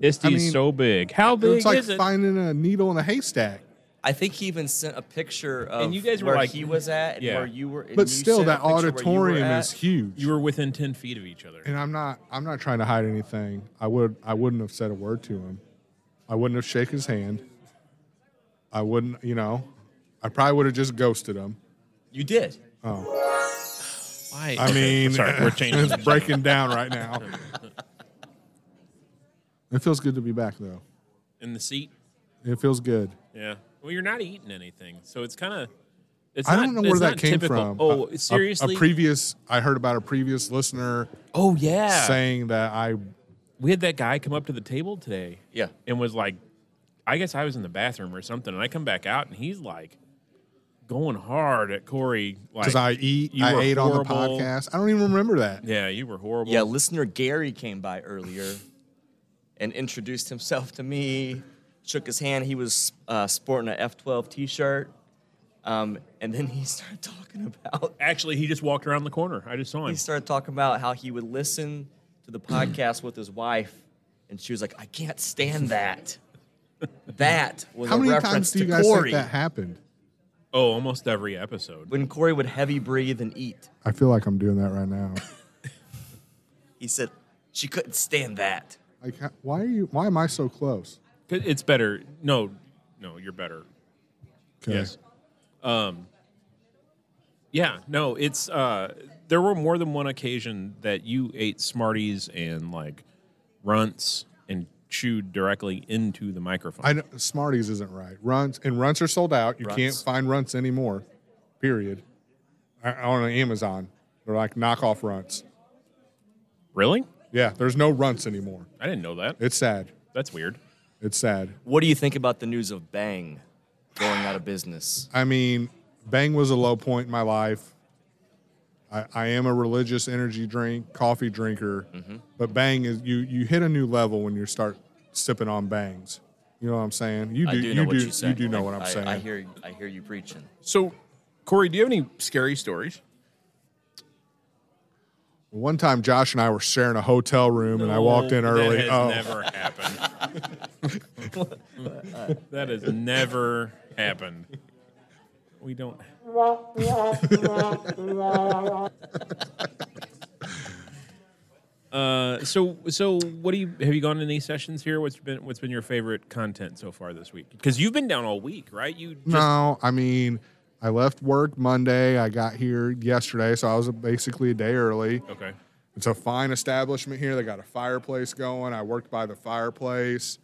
A: ISTE
E: I
A: is
E: mean,
A: so big. How big
E: It's like
A: is it?
E: finding a needle in a haystack.
B: I think he even sent a picture of
A: And you guys were
B: where
A: like-
B: he was at and
A: Yeah.
B: where you were. and
E: But
B: you
E: still,
B: sent a
E: that
B: picture where you were
E: auditorium
B: at.
E: is huge.
A: You were within ten feet of each other.
E: and I'm not. I'm not trying to hide anything. I would. I wouldn't have said a word to him. I wouldn't have shaken his hand. I wouldn't. You know. I probably would have just ghosted him.
B: You did.
A: Oh. Why?
E: I mean,
A: sorry, we're changing.
E: it's breaking down right now. It feels good to be back, though.
A: in the seat.
E: It feels good.
A: Yeah. Well, you're not eating anything, so it's kind of. It's
E: I
A: not,
E: don't know
A: it's
E: where that
A: not
E: came
A: typical.
E: from.
A: Oh,
E: A- a-
A: seriously?
E: A, previous. I heard about a previous listener
A: oh yeah.
E: saying that I.
A: we had that guy come up to the table today.
B: Yeah.
A: And was like, I guess I was in the bathroom or something, and I come back out and he's like, going hard at Corey. Like,
E: Because I eat,
A: you
E: I
A: were
E: ate on the
A: horrible.
E: podcast. I don't even remember that.
A: Yeah, you were horrible.
B: Yeah, listener Gary came by earlier and introduced himself to me, shook his hand. He was uh, sporting a 12 t shirt. Um, and then he started talking about
A: Actually, he just walked around the corner. I just saw him.
B: he started talking about how he would listen to the podcast with his wife, and she was like, "I can't stand that." That was
E: How
B: a
E: many
B: reference
E: times do you
B: to
E: guys
B: Corey
E: think that happened?
A: Oh, almost every episode.
B: when Corey would heavy breathe and eat.
E: I feel like I'm doing that right now.
B: He said she couldn't stand that.
H: Like, ha- why are you? Why am I so close?
A: 'Cause It's better. No, no, you're better.
H: 'Kay.
A: Yes. Um, Yeah, no, it's uh there were more than one occasion that you ate Smarties and like runts and chewed directly into the microphone.
H: I know, Smarties isn't right. Runts and runts are sold out. You can't
A: Runts.
H: find runts anymore. Period. I, on Amazon, they're like knockoff runts.
A: really?
H: Yeah, there's no runts anymore.
A: I didn't know that.
H: It's sad.
A: That's weird.
H: It's sad.
B: What do you think about the news of Bang going out of business?
H: I mean, Bang was a low point in my life. I, I am a religious energy drink, coffee drinker,
B: Mm-hmm.
H: but Bang is you you hit a new level when you start sipping on Bangs. You know what I'm saying? You
B: I
H: do,
B: do
H: you
B: know what
H: do
B: you're saying.
H: you do know
B: I-
H: what I'm
B: I-
H: saying.
B: I hear I hear you preaching.
A: So, Corey, do you have any scary stories?
H: One time, Josh and I were sharing a hotel room, and I walked in early.
A: That has
H: oh,
A: never happened. that has never happened. We don't Uh, so so what do you have you gone to any sessions here? What's been what's been your favorite content so far this week? Because you've been down all week, right? You just,
H: no, I mean, I left work Monday. I got here yesterday, so I was basically a day early.
A: okay.
H: It's a fine establishment here. They got a fireplace going. I worked by the fireplace.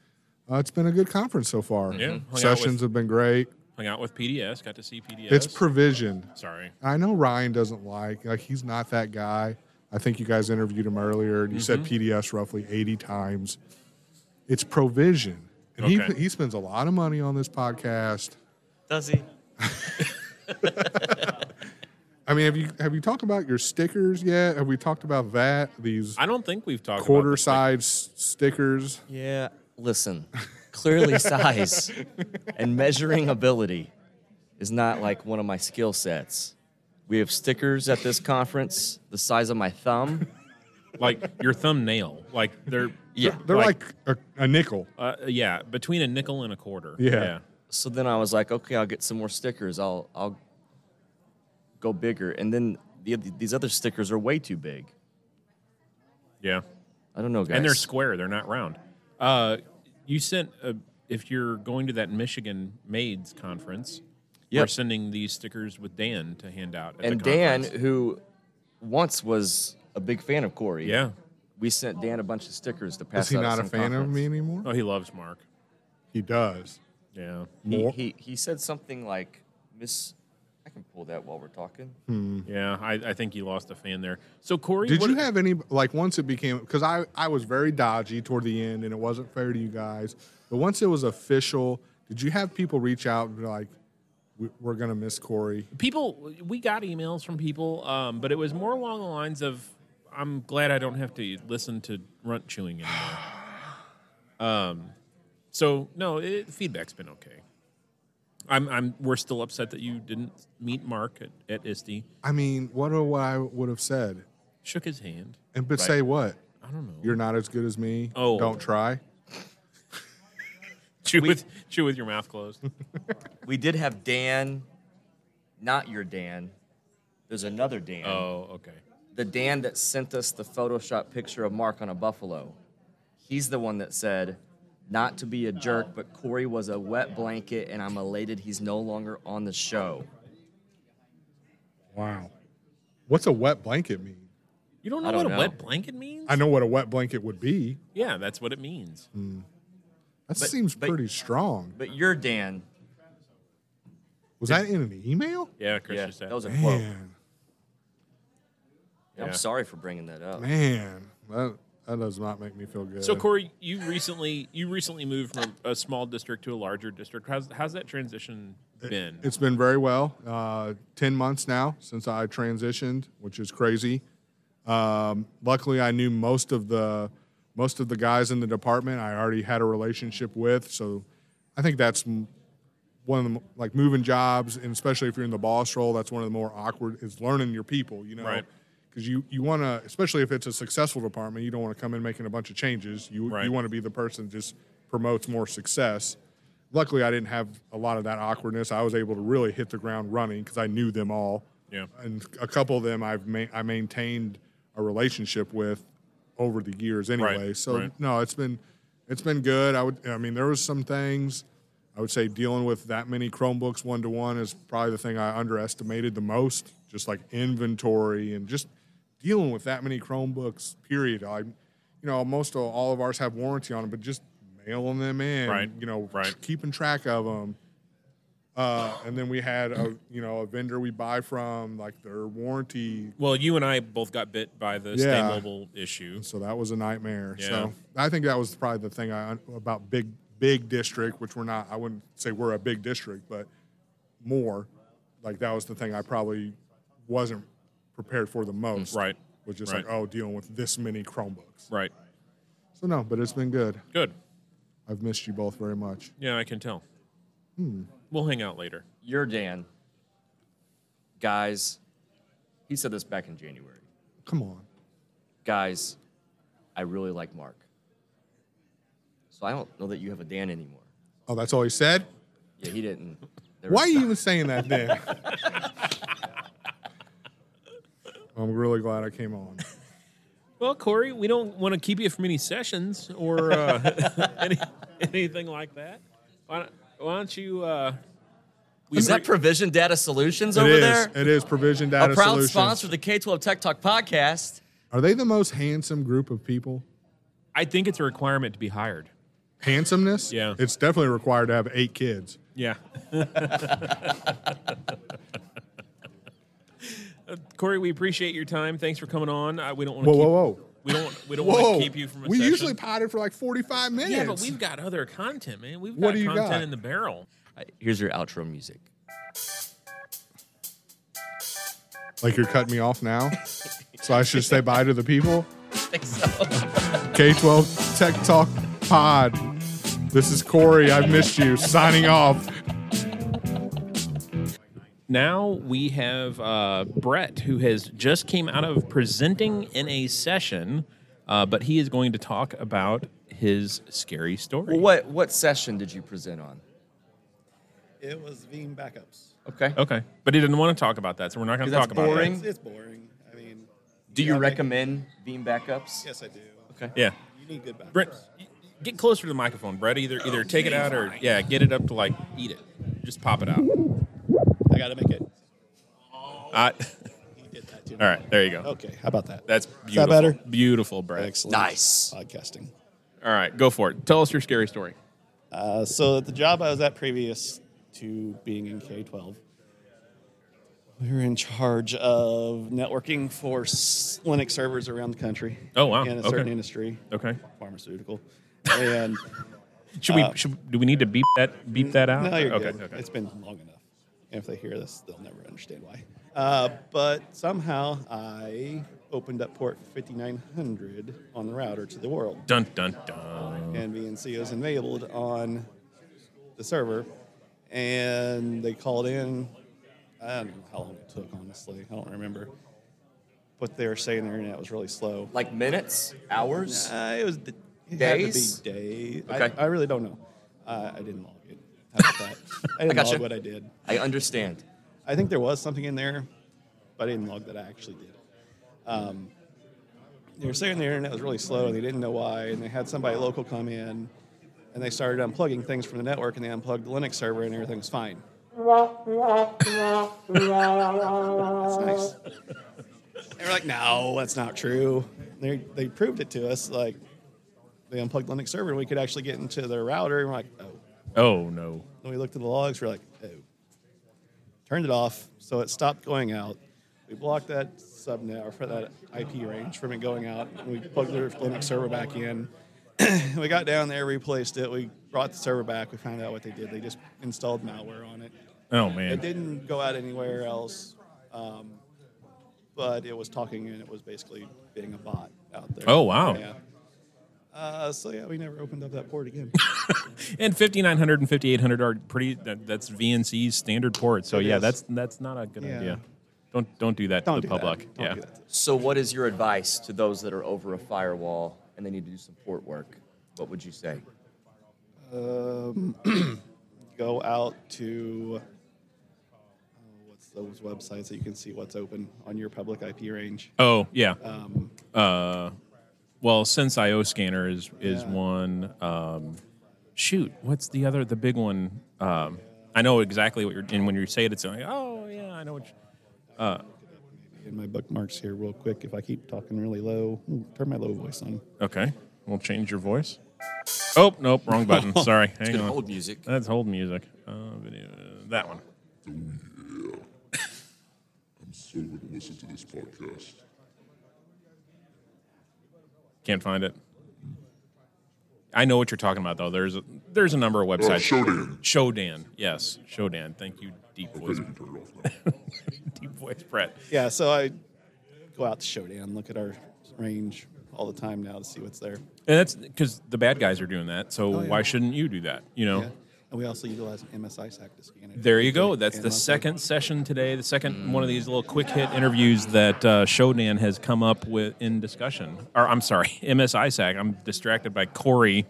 H: Uh, it's been a good conference so far.
A: Yeah, Mm-hmm. hung out
H: Sessions
A: with-
H: have been great.
A: Hung out with PDS, got to see PDS.
H: It's provision.
A: Sorry.
H: I know Ryan doesn't like like he's not that guy. I think you guys interviewed him earlier. You
A: Mm-hmm.
H: said PDS roughly 80 times. It's provision. And
A: Okay.
H: he he spends a lot of money on this podcast.
B: Does he?
H: I mean, have you have you talked about your stickers yet? Have we talked about that? These
A: I don't think we've talked about
H: quarter
A: this, like,
H: size stickers.
B: Yeah. Listen, clearly size and measuring ability is not like one of my skill sets. We have stickers at this conference the size of my thumb.
A: like your thumbnail. Like they're
B: Yeah.
H: They're like, a, a nickel.
A: uh, yeah, between a nickel and a quarter.
H: Yeah.
B: So then I was like, okay, I'll get some more stickers. I'll I'll go bigger. And then the, these other stickers are way too big.
A: Yeah.
B: I don't know, guys.
A: And they're square, they're not round. Uh, you sent a, if you're going to that Michigan Maids conference, we're
B: Yep.
A: sending these stickers with Dan to hand out. At
B: and
A: the
B: Dan,
A: conference.
B: who once was a big fan of Corey.
A: yeah.
B: We sent Dan a bunch of stickers to pass
H: Is he
B: out at
H: not a
B: some
H: fan of
B: conference.
H: me anymore?
A: Oh, he loves Mark.
H: He does.
A: Yeah.
B: He,
H: More-
B: he, he said something like, Miss, I can pull that while we're talking.
A: Yeah, I, I think you lost a fan there. So Corey,
H: Did
A: what-
H: you have any like once it became because I I was very dodgy toward the end and it wasn't fair to you guys, but once it was official, did you have people reach out and be like, "We- "We're gonna miss Corey"?
A: people? We got emails from people, um, but it was more along the lines of, "I'm glad I don't have to listen to runt chewing anymore." um, so no, it, feedback's been okay. I'm, I'm we're still upset that you didn't meet Mark at, at ISTE.
H: I mean, what do- what I would have said?
A: Shook his hand.
H: And but say what?
A: I don't know.
H: You're not as good as me.
A: Oh.
H: don't try.
A: chew with chew with your mouth closed.
B: We did have Dan, not your Dan. There's another Dan.
A: oh, okay.
B: The Dan that sent us the Photoshop picture of Mark on a buffalo. He's the one that said, not to be a jerk, but Corey was a wet blanket, and I'm elated he's no longer on the show.
H: Wow, what's a wet blanket mean?
A: You don't know
B: don't
A: what
B: know.
A: a wet blanket means?
H: I know what a wet blanket would be.
A: yeah, that's what it means.
H: That
B: But-
H: seems
B: but-
H: pretty strong.
B: But your Dan,
H: Was that in an email?
A: Yeah, Chris
B: yeah,
A: just said.
B: that was a quote.
H: Man,
A: Yeah.
B: I'm sorry for bringing that up.
H: man, that, that does not make me feel good.
A: So Corey, you recently you recently moved from a, a small district to a larger district. How's how's that transition been?
H: It's been very well. Uh, 10 months now since I transitioned, which is crazy. Um, luckily, I knew most of the most of the guys in the department I already had a relationship with, so I think that's m- one of the m- like moving jobs, and especially if you're in the boss role, that's one of the more awkward is learning your people, you know,
A: Right.
H: because you you want to, especially if it's a successful department, you don't want to come in making a bunch of changes. You
A: Right.
H: you want to be the person that just promotes more success. Luckily, I didn't have a lot of that awkwardness. I was able to really hit the ground running because I knew them all
A: Yeah.
H: and a couple of them I've ma- I maintained a relationship with over the years anyway. so
A: right.
H: no, it's been it's been good. I would I mean there was some things I would say dealing with that many Chromebooks one to one is probably the thing I underestimated the most. Just like inventory and just dealing with that many Chromebooks. Period. I, you know, most of all of ours have warranty on them, but just mailing them in.
A: Right.
H: You know,
A: Right.
H: keeping track of them. Uh, and then we had a you know a vendor we buy from like their warranty
A: Well, you and I both got bit by the
H: Yeah.
A: stay mobile issue.
H: so that was a nightmare.
A: Yeah.
H: So I think that was probably the thing I about big big district, which we're not. I wouldn't say we're a big district, but more like that was the thing I probably wasn't prepared for the most.
A: Right.
H: Was just like
A: Right.
H: oh, dealing with this many Chromebooks.
A: Right.
H: So no, but it's been good.
A: Good.
H: I've missed you both very much.
A: Yeah, I can tell.
H: Hmm.
A: We'll hang out later.
B: Your Dan. Guys, he said this back in January.
H: Come on.
B: Guys, I really like Mark. So I don't know that you have a Dan anymore.
H: Oh, that's all he said.
B: Yeah, he didn't. There
H: Why are
B: was-
H: you even saying that then? I'm really glad I came on.
A: Well, Corey, we don't want to keep you from any sessions or uh, any, anything like that. Why don't, why don't you? Uh, we
B: Is that
A: pre-
B: Provision Data Solutions
H: It
B: over
H: is.
B: there?
H: It is Provision
B: A
H: Data
B: proud
H: Solutions.
B: sponsor of the K 12 Tech Talk podcast.
H: Are they the most handsome group of people?
A: I think it's a requirement to be hired.
H: Handsomeness?
A: Yeah.
H: It's definitely required to have eight kids.
A: Yeah. Uh, Corey, we appreciate your time. Thanks for coming on. Uh, we don't want to
H: Whoa,
A: keep,
H: whoa, whoa.
A: we don't we don't want to
H: Whoa.
A: keep you from a
H: we
A: session.
H: usually potted for like 45 minutes.
A: yeah, but we've got other content, man. We've
H: What
A: got
H: do you
A: content
H: got?
A: in the barrel.
B: Uh, Here's your outro music.
H: Like you're cutting me off now. so I should say bye to the people.
B: think so.
H: K 12 Tech Talk Pod. This is Corey. I've missed you. Signing off.
A: Now we have uh, Brett, who has just came out of presenting in a session, uh, but he is going to talk about his scary story.
B: What what session did you present on?
I: It was Veeam backups.
B: Okay.
A: Okay, but he didn't want to talk about that, so we're not going
B: 'Cause
A: to
B: that's
A: talk about
B: boring.
I: It's, it's boring. I mean,
B: Do you
I: yeah, they-
B: recommend Veeam backups?
I: Yes, I do.
A: that. Yeah,
I: You need good Oh, backups.
A: Brett, y- get closer to the microphone, Brett. Either either take it out or yeah, get it up to like eat it. Just pop it out.
I: I got to make it.
A: I,
I: He did that too.
A: all right, there you go.
I: Okay. How about that?
A: That's beautiful.
I: better?
A: Beautiful, Brett.
I: Excellent.
B: Nice.
I: Podcasting.
A: All right, go for it. Tell us your scary story.
I: Uh, so at the job I was at previous to being in K twelve, we were in charge of networking for s- Linux servers around the country.
A: Oh, wow.
I: In a
A: Okay.
I: certain industry,
A: Okay.
I: pharmaceutical, and
A: Should we should, do we need to beep that beep that out?
I: Uh, mm, No, you're
A: okay,
I: good.
A: okay.
I: It's been long enough. And if they hear this, they'll never understand why. Uh, but somehow I opened up port 5900 on the router to the world,
A: Dun dun dun.
I: and VNC is enabled on the server. And they called in. I don't know how long it took, honestly. I don't remember. But they were saying their internet was really slow.
B: Like minutes, hours?
I: Uh, it was d- it had to be
B: Days?
I: days.
B: Okay.
I: I, I really don't know. Uh, I didn't log it. How about that? I didn't
B: gotcha.
I: log what I did.
B: I understand.
I: I think there was something in there, but I didn't log that I actually did. it. Um, they were saying the internet was really slow and they didn't know why, and they had somebody local come in and they started unplugging things from the network and they unplugged the Linux server and everything was fine. that's nice. And we're like, no, that's not true. They, they proved it to us. Like, they unplugged Linux server and we could actually get into their router. And we're like, oh.
A: Oh no.
I: And we looked at the logs. We're like, oh, turned it off, so it stopped going out. We blocked that subnet or for that IP range from it going out. And we plugged the Linux server back in. we got down there, replaced it. We brought the server back. We found out what they did. They just installed malware on it.
A: Oh
I: It
A: man.
I: didn't go out anywhere else, um, but it was talking and it was basically being a bot out there.
A: Oh, wow.
I: Yeah. Uh, so yeah, we never opened up that port again.
A: And 5900 and 5800 are pretty. That, that's VNC's standard port. So
I: It
A: yeah,
I: is.
A: that's that's not a good
I: Yeah.
A: idea. Don't don't do that
I: Don't
A: to
I: do
A: the
I: that.
A: public.
I: Don't
A: yeah.
I: do that.
B: So, what is your advice to those that are over a firewall and they need to do some port work? What would you say?
I: um, go out to oh, what's those websites that you can see what's open on your public IP range.
A: Oh yeah.
I: Um,
A: Oh, Uh, Well, since IO scanner is is
I: Yeah.
A: one. Um, shoot, what's the other the big one? Um, I know exactly what you're. And when you say it, it's like, oh yeah, I know what. you-
I: In my bookmarks here, real quick, if I keep talking really low, ooh, turn my low voice on.
A: Okay, we'll change your voice. Oh nope, wrong button. Sorry, hang
C: Good
A: on.
C: old music.
A: That's hold music. Uh, video, that one.
J: Oh, so would listen to this podcast.
A: Can't find it. I know what you're talking about though. There's a, there's a number of websites.
J: Oh, Shodan.
A: Shodan. Yes, Shodan. Thank you, deep
J: Okay,
A: voice,
J: you can turn it off now.
A: deep voice Brett.
I: Yeah, so I go out to Showdown, look at our range all the time now to see what's there.
A: And that's because the bad guys are doing that. So
I: Oh, yeah.
A: why shouldn't you do that? You know.
I: Yeah. And we also utilize MSISAC to scan it.
A: There you go. That's
I: And
A: the
I: also-
A: second session today. The second one of these little quick hit interviews that uh, Shodan has come up with in discussion. Or I'm sorry, MS ISAC. I'm distracted by Corey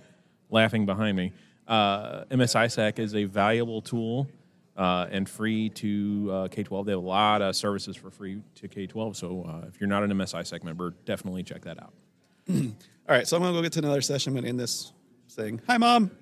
A: laughing behind me. Uh, MS ISAC is a valuable tool uh, and free to uh, K-12. They have a lot of services for free to K-12. So uh, if you're not an MS ISAC member, definitely check that out.
I: All right, so I'm going to go get to another session. I'm going to end this saying, Hi, Mom.